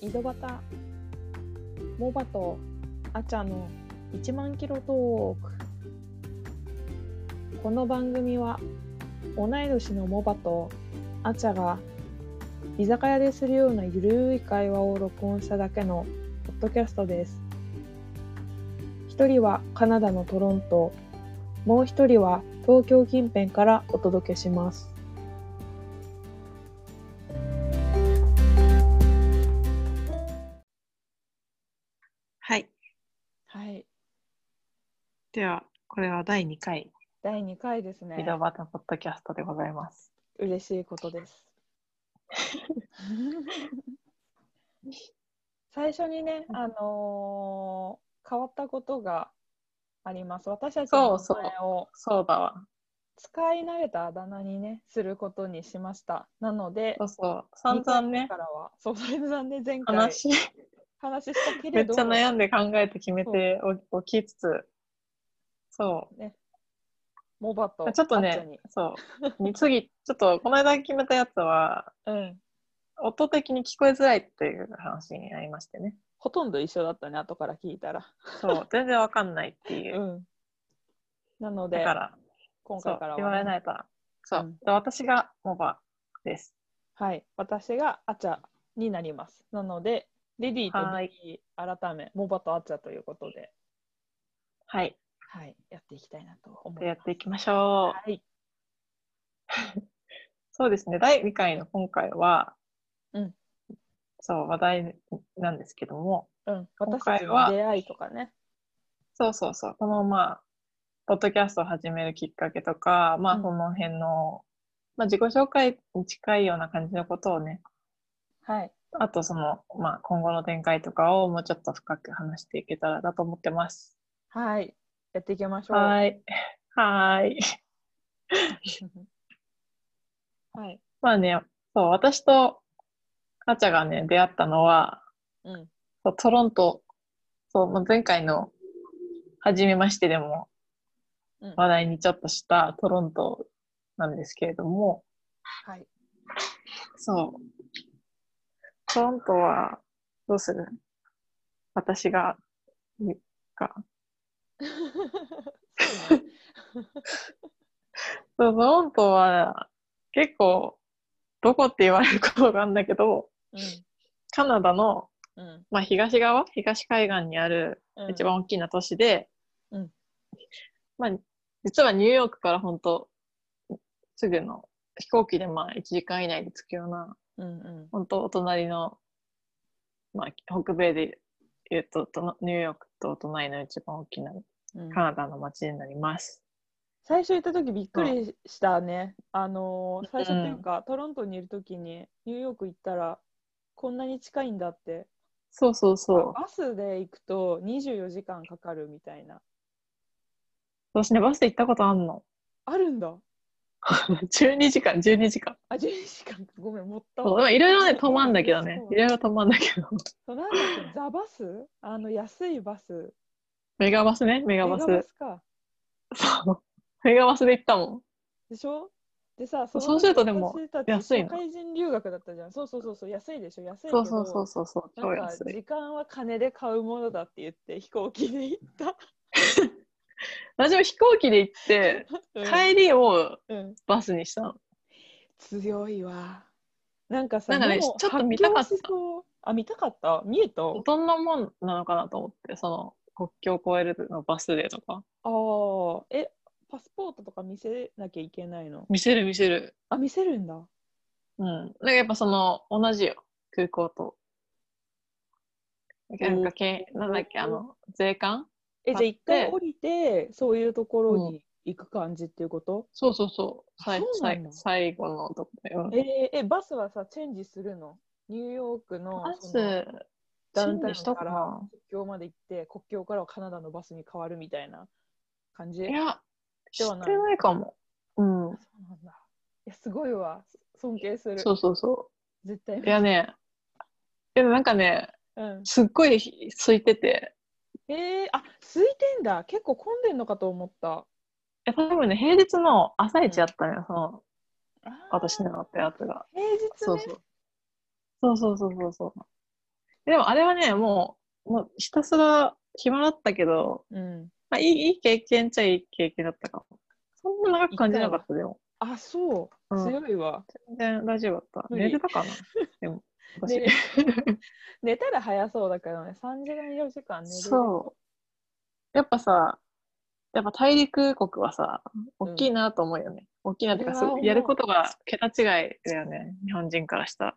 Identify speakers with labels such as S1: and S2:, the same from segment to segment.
S1: 井戸端モバとアチャの1万キロトークこの番組は同い年のモバとアチャが居酒屋でするようなゆるい会話を録音しただけのポッドキャストです一人はカナダのトロントもう一人は東京近辺からお届けします
S2: はい。
S1: はい
S2: では、これは第2回、
S1: 第2回です
S2: 井戸端ポッドキャストでございます。
S1: 嬉しいことです。最初にね、あのー変わったことがあります。私たちの
S2: そうそう
S1: 名前を
S2: そうだわ。
S1: 使い慣れたあだ名にね、することにしました。なので
S2: そ、うそう。散々ね
S1: 二回目、からは、そう、散々ね、前回話
S2: 話、
S1: したけ
S2: め
S1: れ
S2: っ
S1: ど
S2: ちゃ
S1: も、
S2: 悩んで考えて決めておおきつつ、そう。
S1: モバと
S2: ちょっと
S1: アッチャ
S2: ね
S1: に、
S2: そう。に次、ちょっとこの間決めたやつは、
S1: うん、
S2: 音的に聞こえづらいっていう話になりましてね。
S1: ほとんど一緒だったね、後から聞いたら。
S2: そう。全然わかんないっていうう。
S1: ん、なの
S2: だ
S1: で、
S2: から、
S1: 今
S2: そ
S1: 回
S2: う
S1: から。
S2: 言わ
S1: は
S2: れ
S1: ね、。
S2: ないから。そううんで私がモバです。
S1: はい、私がアチャになります。なので、レディーと
S2: は
S1: ディー改め、モバとアチャということで、
S2: はい。
S1: はい、やっていきたいなと思い
S2: でや
S1: ま
S2: っていきましょう。
S1: す。はい、
S2: そうですね、第2回の今回は、
S1: うん
S2: そう、話題なんですけども、
S1: うん、
S2: 今
S1: 私たち
S2: 回
S1: の
S2: は
S1: 出会いとかね。
S2: そうそうそう、このまあ、ポッドキャストを始めるきっかけとか、ま
S1: う
S2: あ、
S1: ん
S2: その辺の、まあ、自己紹介に近いような感じのことをね、
S1: はい、
S2: あとその、まあ、今後の展開とかをもうちょっと深く話していけたらなと思ってます。
S1: はい、やっていきましょう。
S2: はーい。 はーい。
S1: はい、
S2: まあね、そう、私とあちゃがね、出会ったのは、
S1: うん、
S2: そうトロント、そうまあ前回の初めましてでも
S1: うん、
S2: 話題にちょっとしたトロントなんですけれども、
S1: はい、
S2: そう。トロントはどうする私が、いか。
S1: そうね
S2: そうトロントは結構、どこって言われることがあるんだけど、カナダの、
S1: うん、うん
S2: まあ、東側、東海岸にある
S1: うん、
S2: 一番大きな都市で、
S1: うん
S2: まあ、実はニューヨークから本当すぐの飛行機でまあ1時間以内で着くような
S1: うん、うん、
S2: 本当お隣の、まあ、北米で言うととのニューヨークとお隣の一番大きな
S1: うん、
S2: カナダの街になります。
S1: 最初行った時びっくりしたね、あのー最初というか、トロントにいる時にニューヨーク行ったらこんなに近いんだって
S2: そうそうそう。
S1: バスで行くと24時間かかるみたいな
S2: 私ね、バスで行ったことあんの。
S1: あるんだ
S2: 12時間、12時間。
S1: あ12時間ごめんもった
S2: そうまあいろいろね、止まんだけどね
S1: そ。う
S2: いろいろ止まんだけど。
S1: そうなんだっけザバスあの安いバス
S2: メガバスね、メガバ
S1: メ
S2: ス。
S1: ガバスか
S2: そう。メガバスで行ったもん。
S1: でしょでさ
S2: そう
S1: の
S2: そうするとでも
S1: 私たち
S2: 安いの
S1: 社会人留学だったじゃんそうそうそうそう安いでしょ安いけ
S2: そ
S1: ど
S2: うそうそうそうそう、超
S1: なんか
S2: 安い。
S1: 時間は金で買うものだって言って飛行機で行 った
S2: 私も飛行機で行って、
S1: うん
S2: 帰りを
S1: うん、
S2: バスにしたの。
S1: 強いわ。なんかさ、
S2: なんかね
S1: でも
S2: ちょっと見たかった
S1: 発狂しそうあ、見たかった見えた
S2: どんなもんなのかなと思って、その国境を越えるのバスでとか。
S1: ああ、え、パスポートとか見せなきゃいけないの
S2: 見せる見せる。
S1: あ、見せるんだ。
S2: うん。なんかやっぱその、同じよ。空港と。なんかけ、なんだっけ、あの、税関
S1: え、じゃあ
S2: 買っ
S1: 一
S2: て
S1: 回降りて、そういうところに行く感じっていうこと、
S2: そうそうそう。
S1: あ
S2: 最
S1: そうなん
S2: 最
S1: だ
S2: 最後のとこで。うん、
S1: えーえ、バスはさ、チェンジするのニューヨークの
S2: バ
S1: その
S2: ス、
S1: ダウンタ
S2: に
S1: ウン
S2: した
S1: か
S2: からな
S1: 国境まで行って、国境からはカナダのバスに変わるみたいな感じ
S2: いや、
S1: で
S2: し
S1: はない
S2: てないかも。うん。
S1: そうなんだ。いや、すごいわ。尊敬する。
S2: そうそうそ
S1: 絶対
S2: う。いやね、でもなんかね、
S1: うん、
S2: すっごい空いてて、
S1: えー、あ空いてんだ結構混んでんのかと思った
S2: いや多分ね、平日の朝一やったのよ、その、
S1: あー
S2: 私のやったやつが。
S1: 平日ね
S2: そうそう。そうそうそうそうそう。でもあれはね、もう、もうひたすら暇だったけど、
S1: うん。
S2: まあ、いいいい経験っちゃいい経験だったかも。そんな長く感じなかった、でも。
S1: あ、そう。
S2: うん
S1: 強いわ。
S2: 全然大丈夫だった。
S1: 無理
S2: 寝て たかなでも、私。
S1: ね 寝たら早そうだけどね、3時間、4時間寝る。
S2: そう。やっぱさ、やっぱ大陸国はさ、大きいなと思うよね。大きいなっていうか、
S1: それ
S2: す
S1: は
S2: ご
S1: 思
S2: いうやることが桁違いだよね。日本人からしたら。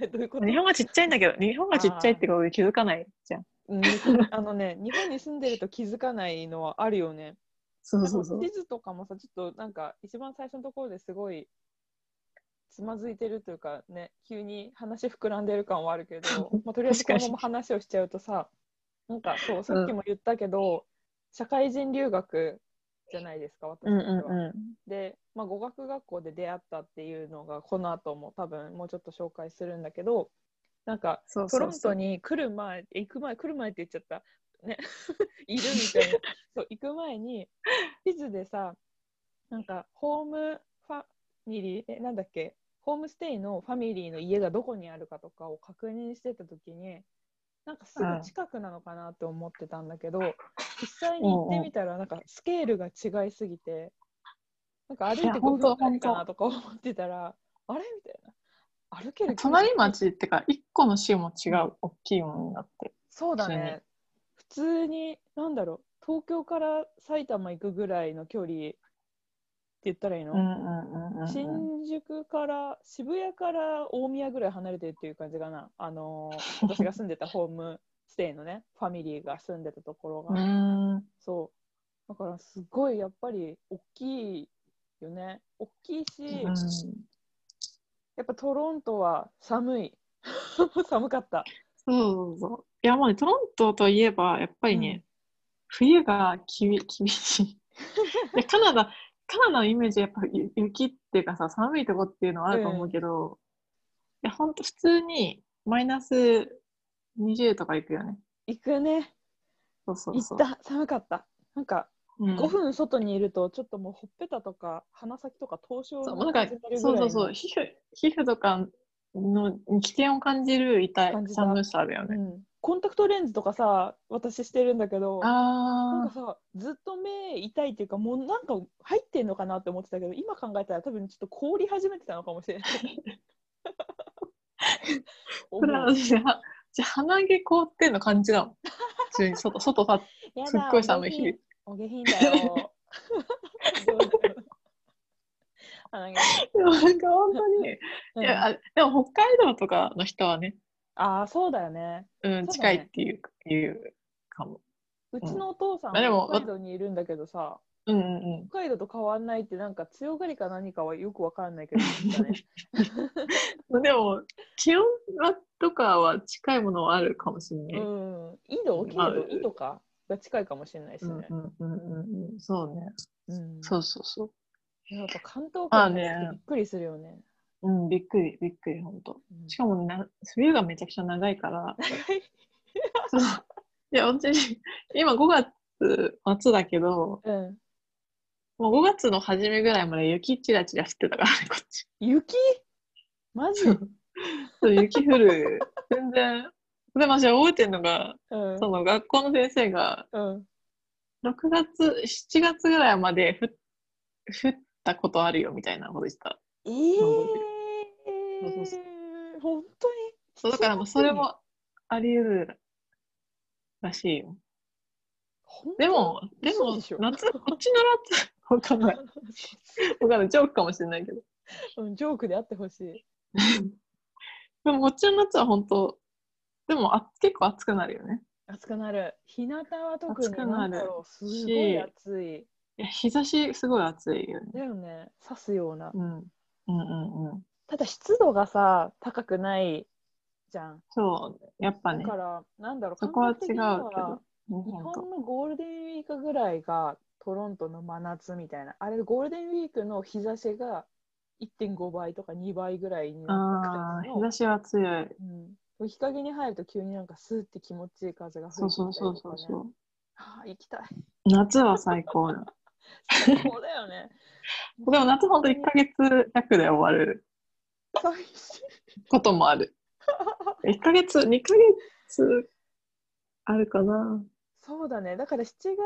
S1: え どういうこと
S2: 日本がちっちゃいんだけど、日本がちっちゃいってことで気づかないじゃん。
S1: うんあのね、日本に住んでると気づかないのはあるよね。
S2: そう
S1: でも地図とかもさ、ちょっとなんか、一番最初のところですごいつまずいてるというかね、急に話膨らんでる感はあるけ ど、まあ、とりあえずこ
S2: 確かに
S1: のまま話をしちゃうとさ、なんかそう、さっきも言ったけど、社会人留学じゃないですか、私た
S2: うん
S1: ちは。
S2: うんうん。
S1: で、まあ、語学学校で出会ったっていうのがこの後も多分もうちょっと紹介するんだけどなんか
S2: そう
S1: ト
S2: そ
S1: ロ
S2: う
S1: ン
S2: そ
S1: ト
S2: う。
S1: に来る前行く前来る前って言っちゃった ねいるみたいなそう行く前に地図でさなんかホームファミリーえなんだっけホームステイのファミリーの家がどこにあるかとかを確認してた時になんかすぐ近くなのかなって思ってたんだけど、実際に行ってみたらなんかスケールが違いすぎてなんか歩いて
S2: いや
S1: 5分
S2: 本当
S1: くらいかなとか思ってたらあれみたいな歩ける距離
S2: 隣町ってか、一個の市も違う、大きいものになってる。
S1: そうだ
S2: 普通
S1: ね
S2: に
S1: 普通になんだろう東京から埼玉行くぐらいの距離って言ったらいいの、
S2: うんうんうんうん
S1: 新宿から渋谷から大宮ぐらい離れてるっていう感じかな、あの ー私が住んでたホームステイのねファミリーが住んでたところ
S2: う
S1: が、
S2: ん。うん。
S1: そうだからすごいやっぱり大きいよね大きいし、
S2: うん
S1: やっぱトロントは寒い 寒かった
S2: そうそうそう。いや、もうね、トロントといえば、やっぱりね、
S1: うん
S2: 冬がきび 厳しい。いやカナダ、カナダのイメージはやっぱゆ雪っていうかさ、寒いとこっていうのはあると思うけど、いや、ほんと普通にマイナス20とか行くよね。
S1: 行くね
S2: そうそ
S1: 行
S2: う
S1: っ
S2: そう。
S1: た寒かったなんか
S2: うん
S1: 5分外にいるとちょっともうほっぺたとか鼻先とか凍傷
S2: そう、もう
S1: に
S2: なんか
S1: 始まる、
S2: そう
S1: ぐら
S2: そ
S1: いう
S2: そ
S1: の
S2: う、皮膚、皮膚とかのに危険を感じる痛い
S1: 感じた
S2: 寒さだよ
S1: う
S2: ね。
S1: んコンタクトレンズとかさ私してるんだけどなん
S2: あ
S1: かさずっと目痛いっていうかもうなんか入ってんのかなって思ってたけど今考えたら多分ちょっと凍り始めてたのかもしれない。
S2: あ、 それは
S1: 思う
S2: 私、はじゃあ鼻毛凍ってんの感じだもん。普通に外、 外立っ
S1: やだ
S2: すっごい寒い日。
S1: お下品お下品だ よ。どうだろうあなんか
S2: でもなんか本当に、
S1: うん
S2: いやあでも北海道とかの人はね、
S1: あーそうだよね。
S2: うん、
S1: そうだ
S2: 近
S1: ね
S2: いっていういうかも。
S1: うちのお父さん
S2: まあで
S1: は
S2: も
S1: 北海道にいるんだけどさ、
S2: うんうんうん。
S1: 北海道と変わんないってなんか強がりか何かはよくわかんないけど、言ってたね
S2: まあ でも気温はとかは近いものはあるかもしれ
S1: う
S2: ない。
S1: ん。緯度、緯
S2: まあ
S1: 度、緯度かが近いかもしれないし
S2: うん
S1: ね
S2: う。んうんうんうん、そうね。
S1: うん
S2: そうそうそう。
S1: やっぱ関東
S2: まあ
S1: 圏っ
S2: ね
S1: てびっくりするよね。
S2: うん、びっくり、びっくり、本当。
S1: うん
S2: しかもな、冬がめちゃくちゃ長い から、
S1: はい
S2: そういや、本当に、今5月末だけど、
S1: うん、
S2: もう5月の初めぐらいまで雪ちらちらしてたからね、こっち。
S1: 雪マジ、
S2: そううそう雪 降る。全然。でも私覚えてるのが、
S1: ん
S2: その学校の先生が、
S1: うん、
S2: 6月、7月ぐらいまで降降ったことあるよ、みたいなこと言ってた。
S1: え
S2: そうそうそ
S1: ー、本当に
S2: そう、だからもうそれもあり得るらしいよ。
S1: 本当
S2: でも、で
S1: 嘘
S2: も、
S1: でしょ
S2: 夏、こっちの夏、 わかんない。わかんない、ジョークかもしれないけど。
S1: うんジョークであってほしい。
S2: でも、こっちの夏は本当、でもあ、結構暑くなるよね。
S1: 暑くなる。日向は特に
S2: 暑くな
S1: な
S2: る
S1: んだろう、すごい暑い。
S2: いや日差し、すごい暑いよね。
S1: だよね、刺すような。
S2: うん。うんうんうん。
S1: ただ湿度がさ、高くないじゃん。
S2: そう、やっぱ
S1: だ
S2: ね、
S1: から、なんだろう、
S2: そこは違うけ
S1: 感覚的には
S2: ど、日
S1: 日
S2: 本と。
S1: 本のゴールデンウィークぐらいがトロントの真夏みたいなあれゴールデンウィークの日差しが1.5倍とか2倍ぐらいにな
S2: あ
S1: った
S2: あ、日
S1: 感
S2: 差しは強い。
S1: じの、うん、日陰に入ると急になんかスーって気持ちいい風が吹い
S2: そ
S1: て
S2: う
S1: きたり
S2: そうそ
S1: と
S2: う
S1: か、ね
S2: そう、そう。
S1: はあ行きたい
S2: 夏は最高だ。
S1: 最高だよ ね
S2: でも夏ほんと1ヶ月弱で終わる
S1: 最初
S2: こともある。 1ヶ月、2ヶ月あるかな。
S1: そうだねだから7月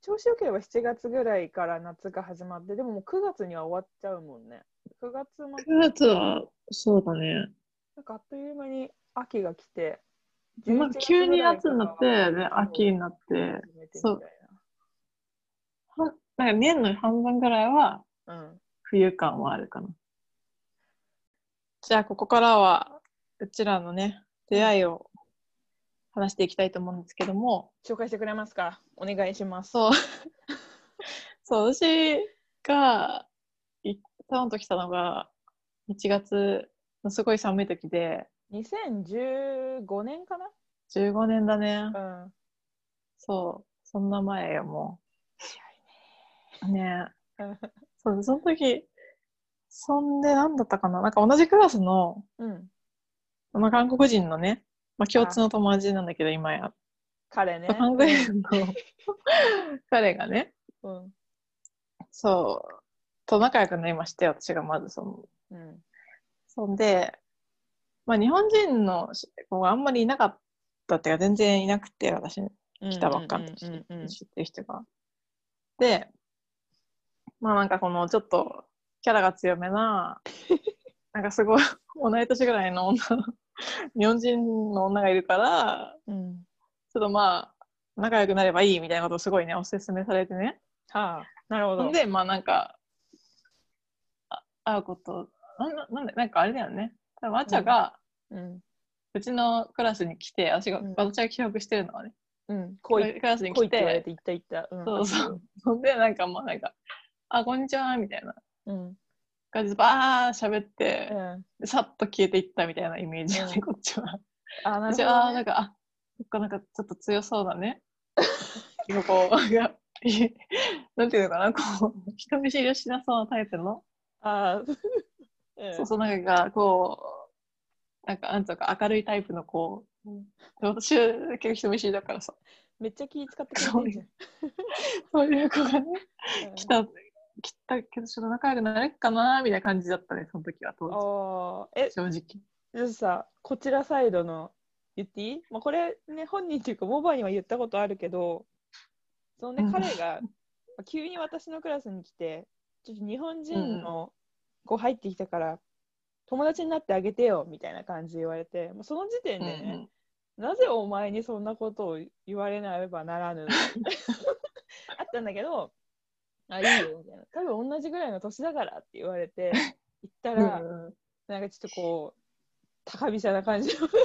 S1: 調子よければ7月ぐらいから夏が始まってでももう9月には終わっちゃうもんね9月末
S2: 9月は、そうだね。
S1: なんかあっという間に秋が来て
S2: まあ急に夏になって、で、秋に
S1: っ
S2: なって、
S1: て
S2: そうはなんか年の半分ぐらいは
S1: うん
S2: 冬感はあるかな。じゃあ、ここからは、うちらのね、出会いを話していきたいと思うんですけども、
S1: 紹介してくれますかお願いします
S2: そう。そう、私が、いタウンと来たのが、1月のすごい寒い時で、
S1: 2015年か
S2: 15年だね。
S1: なうん
S2: そう、そんな前よ、もう。 ね
S1: うん
S2: そう、その時、そんで何だったかななんか同じクラスの、
S1: うん
S2: まあ、韓国人のね、まあ、共通の友達なんだけど、今や。
S1: 彼ね
S2: 韓国人の彼がね、
S1: うん
S2: そう、と仲良くなりまして、私がまずその、
S1: うん
S2: そんで、まあ、日本人の子があんまりいなかったっていうか、全然いなくて、私来たばっかの時、
S1: うんうんうんうん
S2: 知ってる人が。で、まあなんかこのちょっとキャラが強 めな、なんかすごい同い年ぐらいの女の、日本人の女がいるから、
S1: うん
S2: ちょっとまあ仲良くなればいいみたいなことをすごいね、おすすめされてね。
S1: はあなるほ
S2: ほ
S1: ど
S2: んで、まあなんか、あ会うこと、なんななんで、なんかあれだよね。多分あちゃが、
S1: うん
S2: うちのクラスに来て、私が、
S1: うん
S2: 私が記憶してるのはね、
S1: うん来い
S2: クラスに
S1: 来い
S2: 来
S1: って言われ
S2: て、
S1: て行った行ったうん
S2: そうそうほんで、なんかもうなんか、あ、こんにちは、みたいな
S1: うん
S2: 感じで、ばー喋って
S1: う、ん
S2: でさっと消えていったみたいなイメージで、
S1: うん
S2: こっちは。
S1: あなるほ
S2: 私
S1: ど
S2: は、
S1: ね
S2: なんか、あ、そっか、なんかちょっと強そうだ ね。なんかこう、がいなんていうのかな、こう、人見知りをしなそうなタイプの、
S1: あー
S2: そ
S1: うん
S2: うそう、なんか、こう、なんか、なんつうのか、明るいタイプの子。で私は結構人見知りだからさ、
S1: めっちゃ気使ってくれてん
S2: そういう子がね、
S1: じゃん。
S2: 来た、来たけど、ちょっと仲良くなれっかな、みたいな感じだったね、その時は、当時。
S1: あーえ、
S2: 正直。
S1: じゃあさ、こちらサイドの言っていい、まあ、これね、本人っていうか、モバには言ったことあるけど、そのね
S2: う、ん
S1: 彼がまあ急に私のクラスに来て、ちょっと日本人の子入ってきたから、友達になってあげてよみたいな感じで言われて、もうその時点でね、なぜお前にそんなことを言われなばならぬ あったんだけど、あ、いいよ、みたいな。多分同じぐらいの年だからって言われて、行った
S2: うんうん
S1: ら、
S2: うんうん
S1: なんかちょっとこう、高飛車な感じ の、ちょ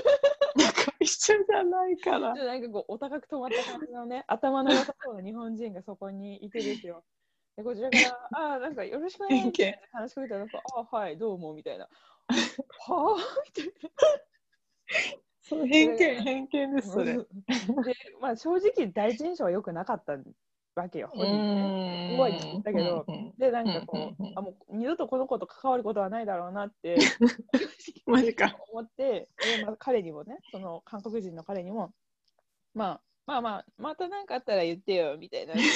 S2: 仲一緒じゃないから
S1: っ。となんかこう、お高く止まった感じのね、頭の良さそうな日本人がそこにいてですよ。で、こちらから、 あーなんかよろしくね、みたいな話しかけたら、なんか、あーはい、どうも、みたいな。はあ
S2: そう偏見、偏見です、それ。う
S1: で、まあ正直第一印象は良くなかったわけよ。本人ね
S2: ん
S1: すごいねだけど、
S2: うんうん
S1: で、なんかこう、
S2: うんうんうん
S1: あもう二度とこの子と関わることはないだろうなって
S2: マジか。
S1: 思って、でまあ、彼にもね、その韓国人の彼にも、まあ、まあまあ、また何かあったら言ってよみた いな言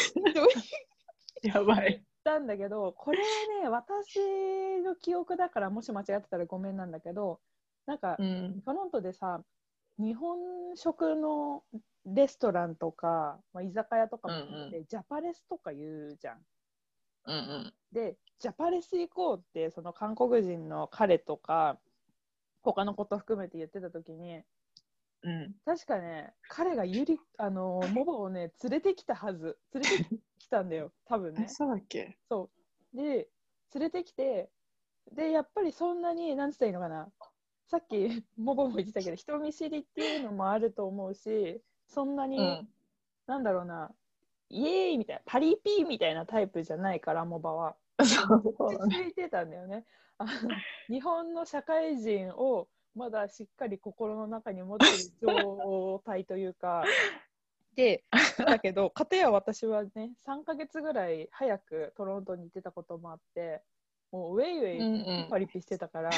S2: やばい。
S1: ったんだけど、これはね、私の記憶だから、もし間違ってたらごめんなんだけど、なんか、
S2: うん。
S1: トロントでさ、日本食のレストランとか、まあ、居酒屋とかもあって、
S2: うん
S1: ジャパレスとか言うじゃん。
S2: うんうん。
S1: でジャパレス行こうってその韓国人の彼とか他のこと含めて言ってた時に
S2: うん。
S1: 確かね彼がゆりあのモバをね連れてきたはず連れてきたん だよ多分ね
S2: え、そうだっけ
S1: そうで連れてきてでやっぱりそんなになんつったらいいのかなさっきモバも言ってたけど人見知りっていうのもあると思うしそんな
S2: う
S1: に、
S2: ん。
S1: なんだろうなイエーイみたいなパリピーみたいなタイプじゃないからモバは。
S2: そうそうだね。
S1: 続いてたんだよね。あの日本の社会人をまだしっかり心の中に持っている状態という か。で、だけど、かたや私はね、3ヶ月ぐらい早くトロントに行ってたこともあって、もうウェイウ
S2: う
S1: ェイ
S2: ん うん
S1: パリピしてたから、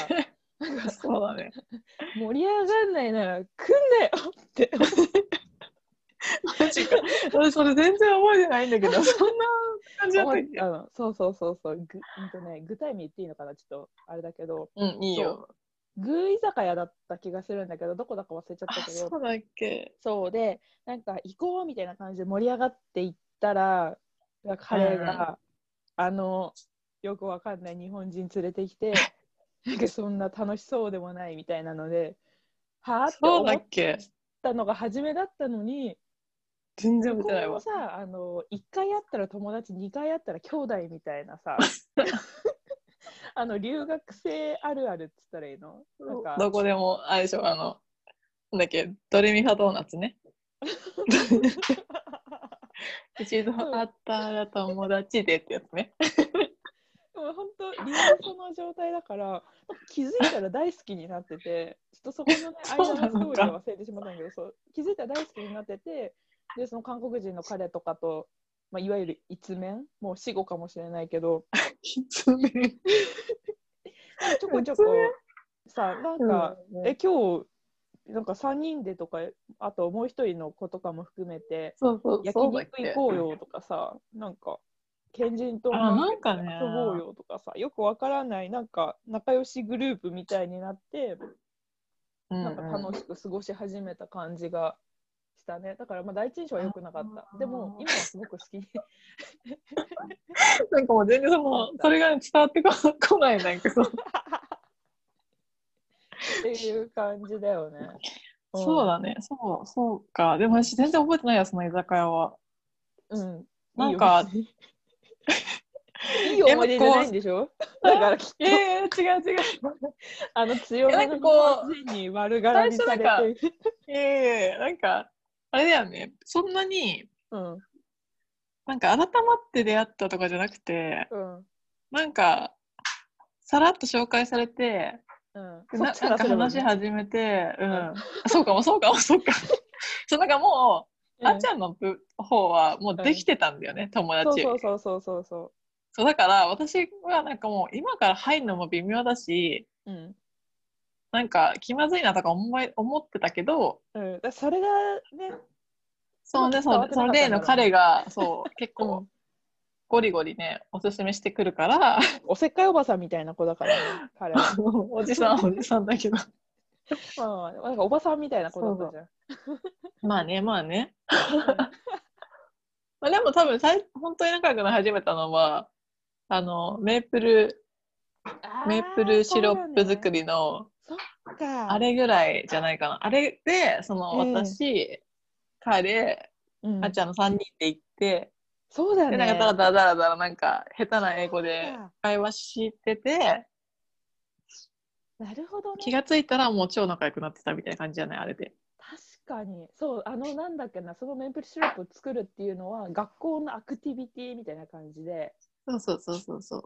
S2: そうだね。
S1: 盛り上がんないなら来んなよ って。
S2: マジか。私それ全然覚えてないん だけど、そんな感じだったっ
S1: 思い
S2: け
S1: あのそうそうそうそう、ぐうんとね、具体名言っていいのかな、ちょっとあれだけど、
S2: うん、いいよ。
S1: グー居酒屋だった気がするんだけどどこだか忘れちゃった
S2: あ
S1: け
S2: そ
S1: ど
S2: うだっけ
S1: そうでなんか行こうみたいな感じで盛り上がっていったら彼が、あのよくわかんない日本人連れてきてなんかそんな楽しそうでもないみたいなのではあって
S2: そう
S1: 思
S2: だ
S1: っ
S2: っけ
S1: たのが初めだったのに
S2: 全然
S1: 向
S2: 見
S1: こ
S2: てないう
S1: も
S2: わ
S1: さあの1回会ったら友達2回会ったら兄弟みたいな さあの留学生あるあるっつったらいいのなんか
S2: どこでもあれでしょあのなんだっけドレミファドーナ ツね一度会ったら友達でってやつね
S1: でも本当リモートの状態だから気づいたら大好きになっててちょっとそこのね
S2: そうな
S1: 間の
S2: の
S1: ス
S2: か
S1: トーリーは忘れてしまったんだけどそう気づいたら大好きになっててでその韓国人の彼とかと、まあ、いわゆる一面もう死後かもしれないけど
S2: 失礼
S1: ちょこちょこ
S2: 一
S1: さなんか、え今日なんか3人でとかあともう一人の子とかも含めて
S2: そうそう
S1: 焼
S2: そうだ
S1: 肉
S2: っけ
S1: 行こうよとかさなんか賢人と
S2: あなんかね
S1: 遊ぼうよとかさよくわからないなんか仲良しグループみたいになって
S2: うん
S1: なんか楽しく過ごし始めた感じがしたねだからまあ第一印象は良くなかっ
S2: あー
S1: たでも今はすごく好き
S2: なんかもう全然そのそれが伝わってこ こないなんかそう
S1: っていう感じだよねん
S2: そうだねそうそうかでも私全然覚えてないやその居酒屋は
S1: うん
S2: なんか
S1: い い思い出じゃないんでしょだからきっと
S2: ええ違う違う
S1: あの強めの日本人に悪がらみされ
S2: なんかこう
S1: て。
S2: ええなんかあれだよねそんなに
S1: うん。うん。
S2: なんか改まって出会ったとかじゃなくてなんかさらっと紹介されて
S1: うん。
S2: で ななんか話し
S1: は
S2: 始めて、うん
S1: うん
S2: そうかもそうかもそうか そうなんかもう、あっち
S1: ゃ
S2: ゃんの部方はもうできてたんだよね、友達
S1: そうそうそうそうそうそ
S2: そうだから私はなんかもう今から入るのも微妙だし
S1: う。うん。
S2: なんか気まずいなとか思い思ってたけど
S1: うん、だからそれがね、
S2: そうね
S1: うまく伝わ
S2: そ
S1: ってなかったんだろうね
S2: その例の彼がそう結
S1: う
S2: 構ゴリゴリねおすすめしてくるから、
S1: おせっかいおばさんみたいな子だから、ね、彼は。
S2: おじさんおじさんだけど
S1: まあまあまあ、なんかおばさんみたいな子だったじゃん。
S2: まあねまあね、
S1: うん
S2: まあ、でも多分さい本当に仲良くなり始めたのはあのメープルメープルシロップ作。りの
S1: あーそうだね
S2: あ、れぐらいじゃないかなあれでその
S1: ええ
S2: 私、彼
S1: うん、
S2: あっちゃんの3人で行って、
S1: そうだよ
S2: で
S1: ね。
S2: なんかダラダラダラダラなんか下手な英語
S1: そう
S2: で
S1: だ
S2: 会話してて
S1: なるほどね。
S2: 気がついたらもう超仲良くなってたみたいな感じじゃないあれで
S1: 確かにそうあのなんだっけなそのメープルシロップを作るっていうのは学校のアクティビティみたいな感じで
S2: そうそうそうそうそう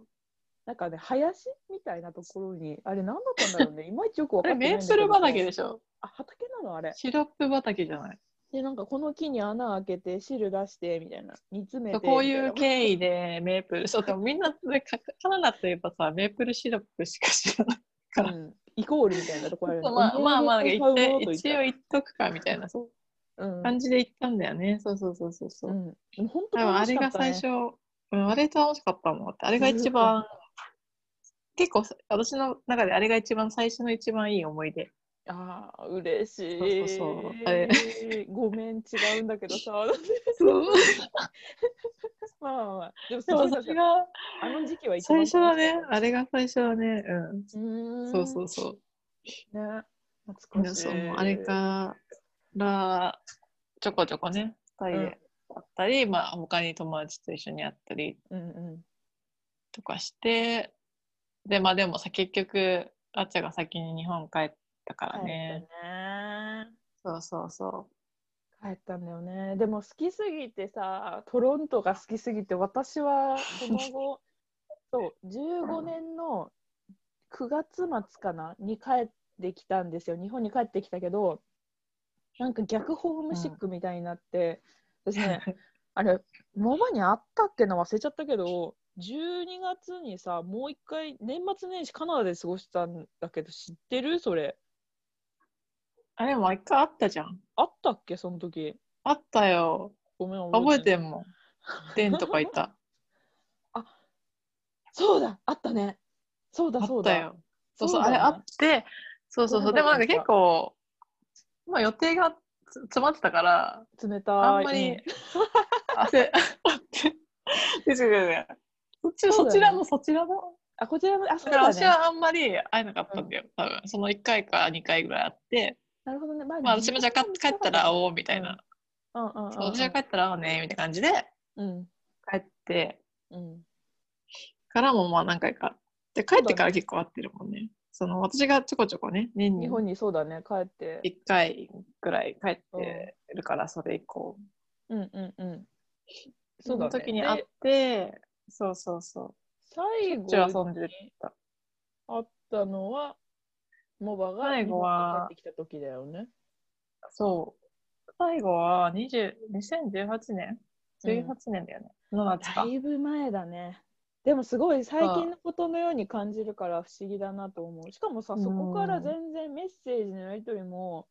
S1: なんかね林みたいなところにあれ何だったんだろうねいまいちよく分
S2: あ
S1: かっ
S2: れ
S1: てない
S2: メープル畑で
S1: し
S2: しょ
S1: あ畑なのあれ
S2: シロップ畑じゃない
S1: でなんかこの木に穴開けて汁出してみたいな煮詰め
S2: そう
S1: て
S2: こういう
S1: みたな
S2: 経緯でメープルそうでもみんなねかカナダといえばさメープルシロップしか知らないか
S1: うん、イコールみたいなところあるよね
S2: まあまあまあ
S1: お土
S2: 一
S1: 産
S2: 応
S1: で買うものと言っ
S2: 一
S1: た
S2: 応言っとくかみたいなそう
S1: うん
S2: 感じで行ったんだよね。そうそうそうそうそう。
S1: うん、でも本当
S2: 多分あ
S1: 楽
S2: れ
S1: しか
S2: が
S1: ったね
S2: 最初、うん、あれ楽しかったもんだって。あれが一番、結構さ私の中であれが一番最初の一番いい思い出。
S1: ああ嬉しい
S2: そうそうそうあれ
S1: ごめん違うんだけどさ まあまあまあでもす
S2: で
S1: ご
S2: も
S1: い
S2: そ
S1: なん
S2: れ
S1: か
S2: が
S1: あの時期は一
S2: 最
S1: 番
S2: 初だね。
S1: 楽
S2: あれが最初だね。
S1: しか
S2: う
S1: っ
S2: ん。
S1: た。
S2: そうそうそう
S1: ね。懐
S2: う。
S1: かしい。
S2: そうあれから、ちょこちょこね、二人で会ったり、まあ他に友達と一緒に会ったり
S1: うんう
S2: とかして、で、まあでもさ、結局、あっちゃんが先に日本帰っ
S1: ん。
S2: たか
S1: 帰っ
S2: ら
S1: た
S2: ね
S1: ね。。
S2: そうそうそ
S1: 帰ったんだよね。でも好きすぎてさ、トロントが好きすぎて、私はその 後、そう、15年の9月末かなに帰ってきたんですよ。日本に帰ってきたけど、なんか逆ホームシックみたいになって、私ね、あれ、モバにあったっけな忘れちゃったけど、12月にさ、もう一回、年末年始カナダで過ごしたんだけど、知ってるそれ。
S2: あれも一回あったじゃん。
S1: あったっけその時。
S2: あったよ。
S1: ごめん、
S2: 覚
S1: な
S2: え
S1: い
S2: てんもん。デンとかいた。
S1: そうだあったねそうだ
S2: あ
S1: そ
S2: っ
S1: うだ
S2: たよ。そうそう、
S1: だ
S2: あれ
S1: よね
S2: あって、そうそうそう。でもなんか結構、まあ予定がつ詰まってたから、
S1: 冷たい。
S2: あんまり
S1: ね、
S2: 汗、 で違う違う違うそっち
S1: そうだよ
S2: そ
S1: ね
S2: ちらもそちらも。
S1: あ、こちらも、あ、そう
S2: だか
S1: だ
S2: ら私
S1: ね。
S2: はあんまり会えなかったんだよ、多分。その1回か2回ぐらいあって、
S1: なるほどね。まあ
S2: まあ私もじゃあ帰帰ったら会、おうみたいな。
S1: うんうんうんうん。
S2: そう私は帰ったら会おうねみたいな感じで
S1: うん。
S2: 帰って
S1: うん。
S2: からもまあ何回か。で帰ってから結構会ってるもんね。その私がちょこちょこね、年に
S1: 日本にそうだね、帰って。
S2: 1回ぐらい帰ってるから、それ以降。
S1: うんうんうん。
S2: そ
S1: そうだ
S2: の
S1: ね。
S2: 時に会っ
S1: で
S2: て、そうそうそ
S1: 最
S2: う。ちょっち
S1: 後
S2: 遊んでた。
S1: あったのは、モバが
S2: 最後は
S1: 日本に帰ってきた時だよね。
S2: そう。最後は20 2018年 ?18 年だよね。の夏
S1: だ
S2: か。
S1: いぶ前だね。でもすごい最近のことのように感じるから不思議だなと思う。しかもさ、そこから全然メッセージのやりとりも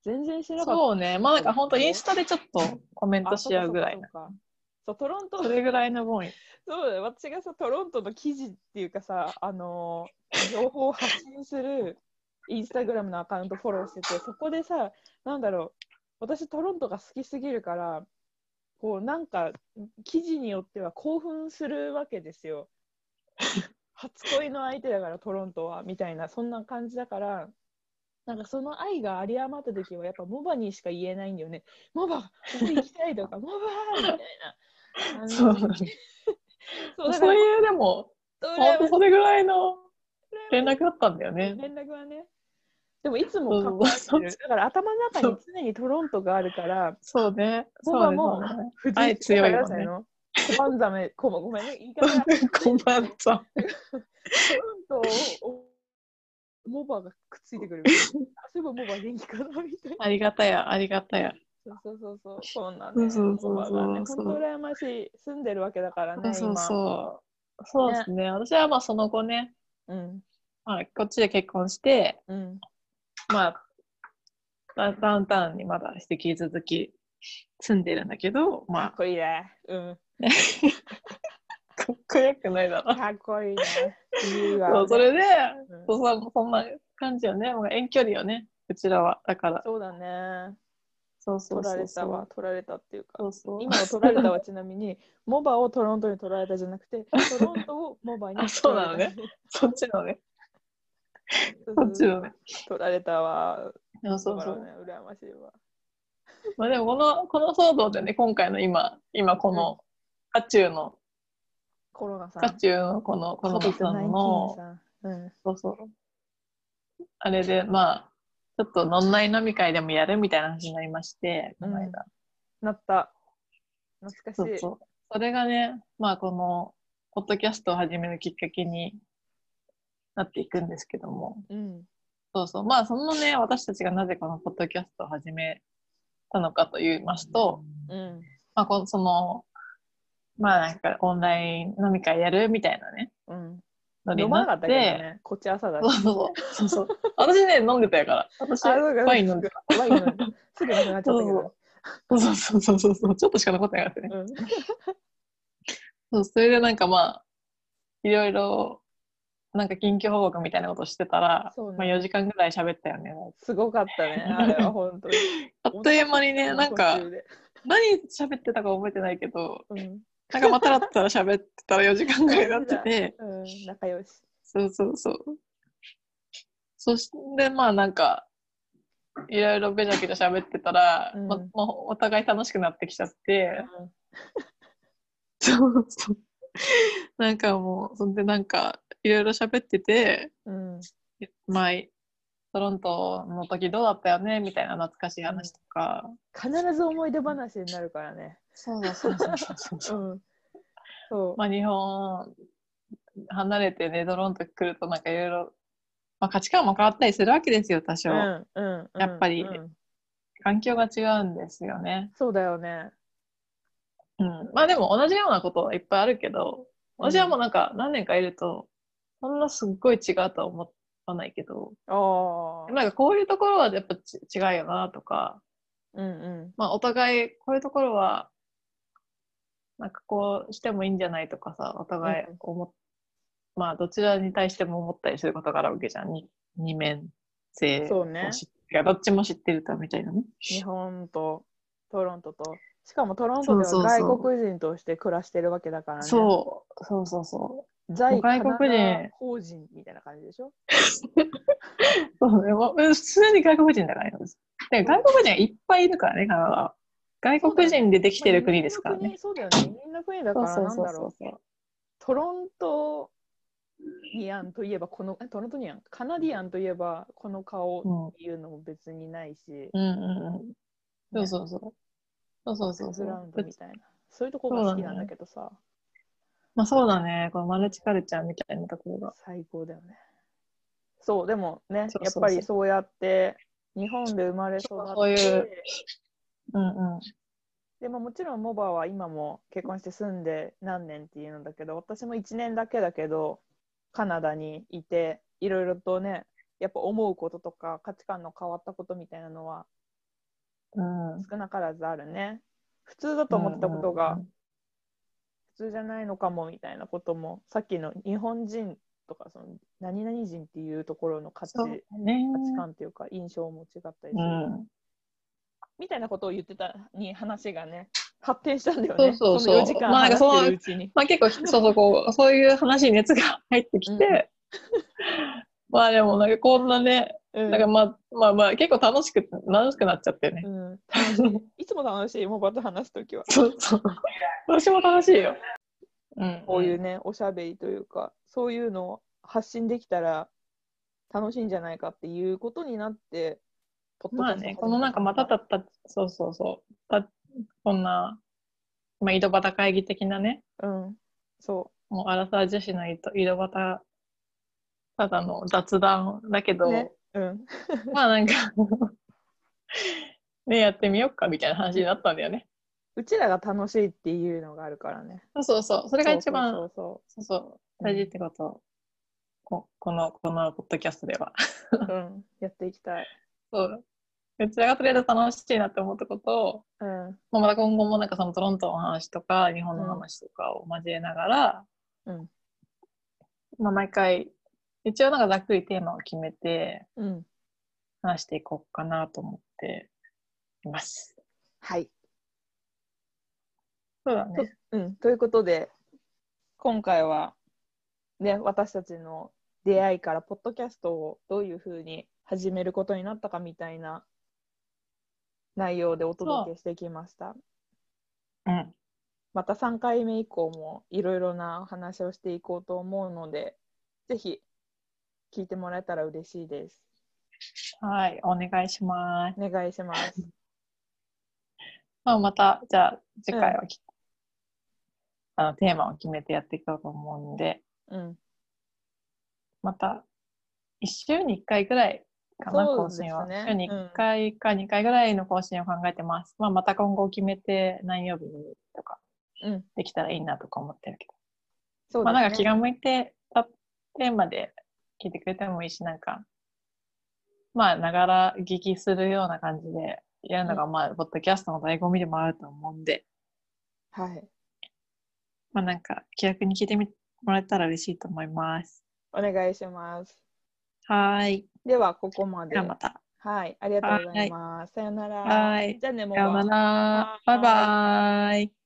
S1: 全然知らなかった。
S2: そうね。まあなんか本当インスタでちょっとコメントし合うぐらい
S1: あ
S2: な。
S1: そうかそうかそうかそうトロント
S2: それぐらいのボン。
S1: そうだよ私がさトロントの記事っていうかさあのー情報を発信するインスタグラムのアカウントフォローしててそこでさなんだろう私トロントが好きすぎるからこうなんか記事によっては興奮するわけですよ初恋の相手だからトロントはみたいなそんな感じだからなんかその愛が有り余った時はやっぱモバにしか言えないんだよねモバ俺行きたいとかモバみたいな感じ
S2: そうだね
S1: そうだか
S2: そ
S1: ら
S2: ういう、でも、
S1: 羨
S2: 本
S1: ま
S2: 当
S1: しい
S2: それぐらいの連
S1: 連絡
S2: 絡だったんだよね。
S1: 連絡はね。でもいつ
S2: そ
S1: も
S2: う
S1: 関わって
S2: そう
S1: る。だから頭の中に常にトロントがあるから、
S2: そうね。
S1: ボ
S2: そう
S1: バ
S2: ね
S1: も
S2: そうね。
S1: 藤
S2: 愛強いわ
S1: ご
S2: ね
S1: めんなさいの。コバンザメ、コバごめんね。言い方が
S2: こん ばんは。
S1: トロントをモバがくっついてくる。あそういえばモバ元気かなみたいな。
S2: ありがたや、ありがたや。
S1: そうそうそうそう。そうなん
S2: そ
S1: ね。
S2: うそうそう
S1: モバがね。
S2: そ
S1: 本
S2: う
S1: 当羨ましい。住んでるわけだから
S2: そ
S1: ね
S2: う、そう
S1: 今。
S2: そう。そうですね。私はまあその後ね、
S1: うん。
S2: まあ、こっちで結婚して、
S1: うん。
S2: まあ、ダダウンタウンにまだ引き続き住んでるんだけど、
S1: か
S2: ま
S1: っ
S2: あ、
S1: こいいね。 うん。
S2: かっこよくないだろ。
S1: かっこいいね。いいわ。
S2: そうそれ
S1: う
S2: で、
S1: ん
S2: そうそうそんな感じよね。もう遠距離よね、うちらは。だから、
S1: そうだね。
S2: そうそ
S1: 取
S2: うそうそ
S1: られ
S2: う。
S1: たわ。取られたっていうか。
S2: そうそう。
S1: 今の取られたはちなみに、 モバをトロントに取られたじゃなくて、トロントをモバに
S2: あそうなのね。そっちのね、
S1: そう
S2: そ
S1: そう
S2: っ ちのね。
S1: 取られたは、
S2: そうそう
S1: だ
S2: そ
S1: か
S2: う
S1: ら。ね、羨ましいわ。
S2: まあでもこの、この騒動でね、今回の今、今この、渦中の、
S1: コロナさん、
S2: 渦中のこの、このさん
S1: COVID-19
S2: の、
S1: さん。うん、
S2: そうそう。あれで、まあ、ちょっと飲んない飲み会でもやるみたいな話になりまして、この間。
S1: なった。懐
S2: そ
S1: かし
S2: う
S1: い。
S2: そう。それがね、まあこの、ポッドキャストを始めるきっかけになっていくんですけども。
S1: うん。
S2: そうそう。まあ、そのね、私たちがなぜこのポッドキャストを始めたのかと言いますと、
S1: うん。
S2: まあ、この、その、まあ、なんか、オンライン飲み会やるみたいなね、
S1: うん。
S2: ノリ
S1: 飲
S2: に
S1: ま
S2: な
S1: なか
S2: っ、
S1: ってたけどね、こっち朝だし
S2: そう。そうそう。そうそう。私ね、飲んでたやから。私、ワイン飲んで
S1: た。ワイン飲んでた。すぐなくなっちゃったけど。
S2: そうそうそうそうそう。ちょっとしか残ってなかったね。
S1: うん。
S2: そう、それでなんかまあ、いろいろ、なんか近況報告みたいなことしてたら、
S1: そうね
S2: まあ4時間ぐらい喋ったよね。
S1: すごかったね、あれは本 当に。
S2: あっという間にね、なんか
S1: 途、中で
S2: 何喋ってたか覚えてないけど、
S1: うん。
S2: なんかまたらったら喋ってたら4時間ぐらいになってて、
S1: うん。仲良し。
S2: そうそうそう。そしてまあなんか、いろいろべちゃべちゃ喋ってたら、
S1: うん
S2: ままあお互い楽しくなってきちゃって、
S1: うん
S2: そうそう。なんかもう、そんでなんか、いろいろ喋ってて、
S1: うん。
S2: 前、トロントの時どうだったよねみたいな懐かしい話とか。
S1: 必ず思い出話になるからね。
S2: そうだそうそうそう
S1: うん。そう。
S2: まあ、日本離れてねドローンと来るとなんかいろいろ、まあ、価値観も変わったりするわけですよ多少、
S1: うんうんうん
S2: やっぱり
S1: うん
S2: 環境が違うんですよね、
S1: そうだよね。
S2: うん、まあでも同じようなことはいっぱいあるけど私はもうなんか何年かいるとそんなすっごい違うとは思わないけど
S1: ああ。
S2: なんかこういうところはやっぱち違うよなとか、
S1: うんうん。
S2: まあ、お互いこういうところはなんかこうしてもいいんじゃないとかさお互い思っ、まあどちらに対しても思ったりすることがあるわけじゃんに二面性
S1: そう
S2: を
S1: ね
S2: 知って、どっちも知ってるかみたいなね。
S1: 日本とトロントとしかもトロントでは
S2: そうそうそう
S1: 外国人として暮らしてるわけだからね
S2: そう、そうそうそう
S1: 在
S2: 外
S1: 外
S2: 国人
S1: 国人法人みたいな感じでしょ
S2: う。そうね、もううん普通に外国人だからね。で外国人がいっぱいいるからね、カナダは。外国人でできてる国ですからね。
S1: そうだよねみんな国だか
S2: そう
S1: ら
S2: そう
S1: なん
S2: そう
S1: だろ
S2: そうそう。
S1: うトロントニアンといえばこのあトロントニアンカナディアンといえばこの顔っ
S2: うん
S1: ていうのも別にないし、
S2: うんうんうん。そうそうそう。そうそうそうそ
S1: ブラウン
S2: う
S1: ド。みたいなそういうとこが好きなんだけどさ、
S2: まあそうだね。このマルチカルチャーみたいなところが。
S1: 最高だよねそうでもね
S2: そうそう
S1: やっ
S2: そう
S1: ぱりそうやって日本で生まれ育って
S2: そういううんうん。
S1: でももちろんモバは今も結婚して住んで何年っていうのだけど私も1年だけだけどカナダにいていろいろとねやっぱ思うこととか価値観の変わったことみたいなのは
S2: うん。
S1: 少なからずあるね普通だと思ってたことが
S2: うんうん
S1: 普通じゃないのかもみたいなこともさっきの日本人とかその何々人っていうところの価値
S2: そ
S1: 価
S2: うだね。
S1: 値観っていうか印象も違ったりす
S2: う
S1: る、
S2: ん。
S1: みたいなことを言ってたに話がね発展したんだよ
S2: そ
S1: ね
S2: うそうそう
S1: の4時間
S2: まあな
S1: 話
S2: んか
S1: してるうちに、
S2: まあ結構、そうそう、こう、そういう話に熱が入ってきて、 まあでもなんかこんなね、
S1: うん
S2: なんかまあまあまあ結構楽しく、楽しくなっちゃってね
S1: う。ん、楽し いいつも楽しい、モバと話すときは。
S2: そうそう。私も楽しいよ。うん。
S1: こういうね、おしゃべりというか、そういうのを発信できたら楽しいんじゃないかっていうことになって、ポッドキ
S2: ま
S1: ャ
S2: あ
S1: スト
S2: ね、このなんかまたたった、そうそうそう、たこんな、まあ、井戸端会議的なね、
S1: うん、そ
S2: もうアラサー女子の井戸井戸端、ただの雑談だけど、
S1: ねう、うん、
S2: まあなんか、ね、やってみよっかみたいな話になったんだよね。
S1: うちらが楽しいっていうのがあるからね。
S2: そうそうそう、それが一番、
S1: そ
S2: そう
S1: うそ
S2: そう大事ってこと、ここの、このポッドキャストでは。
S1: うそう、うん、やっていきたい。
S2: そう。うちらがとりあえず楽しいなって思ったことを、
S1: うん、
S2: まあ、また今後もなんかそのトロントの話とか日本の話とかを交えながら、
S1: うん
S2: まあ、毎回一応なんかざっくりテーマを決めて
S1: うん、
S2: 話していこうかなと思っています。
S1: はい。
S2: そうだね。
S1: うん、ということで今回は、ね、私たちの出会いからポッドキャストをどういうふうに始めることになったかみたいな内容でお届けしてきました
S2: うん。
S1: また3回目以降もいろいろなお話をしていこうと思うのでぜひ聞いてもらえたら嬉しいです
S2: はい。お願いします。
S1: お願いします
S2: まあ、また、じゃあ次回はき、あのテーマを決めてやっていこうと思うんで、
S1: うん
S2: また1週に1回ぐらいかな、
S1: そう
S2: 更
S1: ですね
S2: 新は。
S1: うん
S2: 週に1回か2回ぐらいの更新を考えてます。まあ、また今後決めて何曜日にとか
S1: うん
S2: できたらいいなとか思ってるけど。
S1: そう
S2: まあ、なん
S1: で
S2: か
S1: す
S2: 気
S1: ね
S2: が向いてたテーマで聞いてくれてもいいし、なんか、まあ、ながら聞きするような感じでやるのが、まあ、ポッドキャストの醍醐味でもあると思うんで、
S1: はい
S2: まあ、なんか気楽に聞いてみもらえたら嬉しいと思います。
S1: お願いします
S2: はーい。
S1: ではここまで
S2: ではまた。
S1: はいありがとうございますさよなら
S2: はい
S1: じゃあねもう
S2: さようなら。バイバーイ。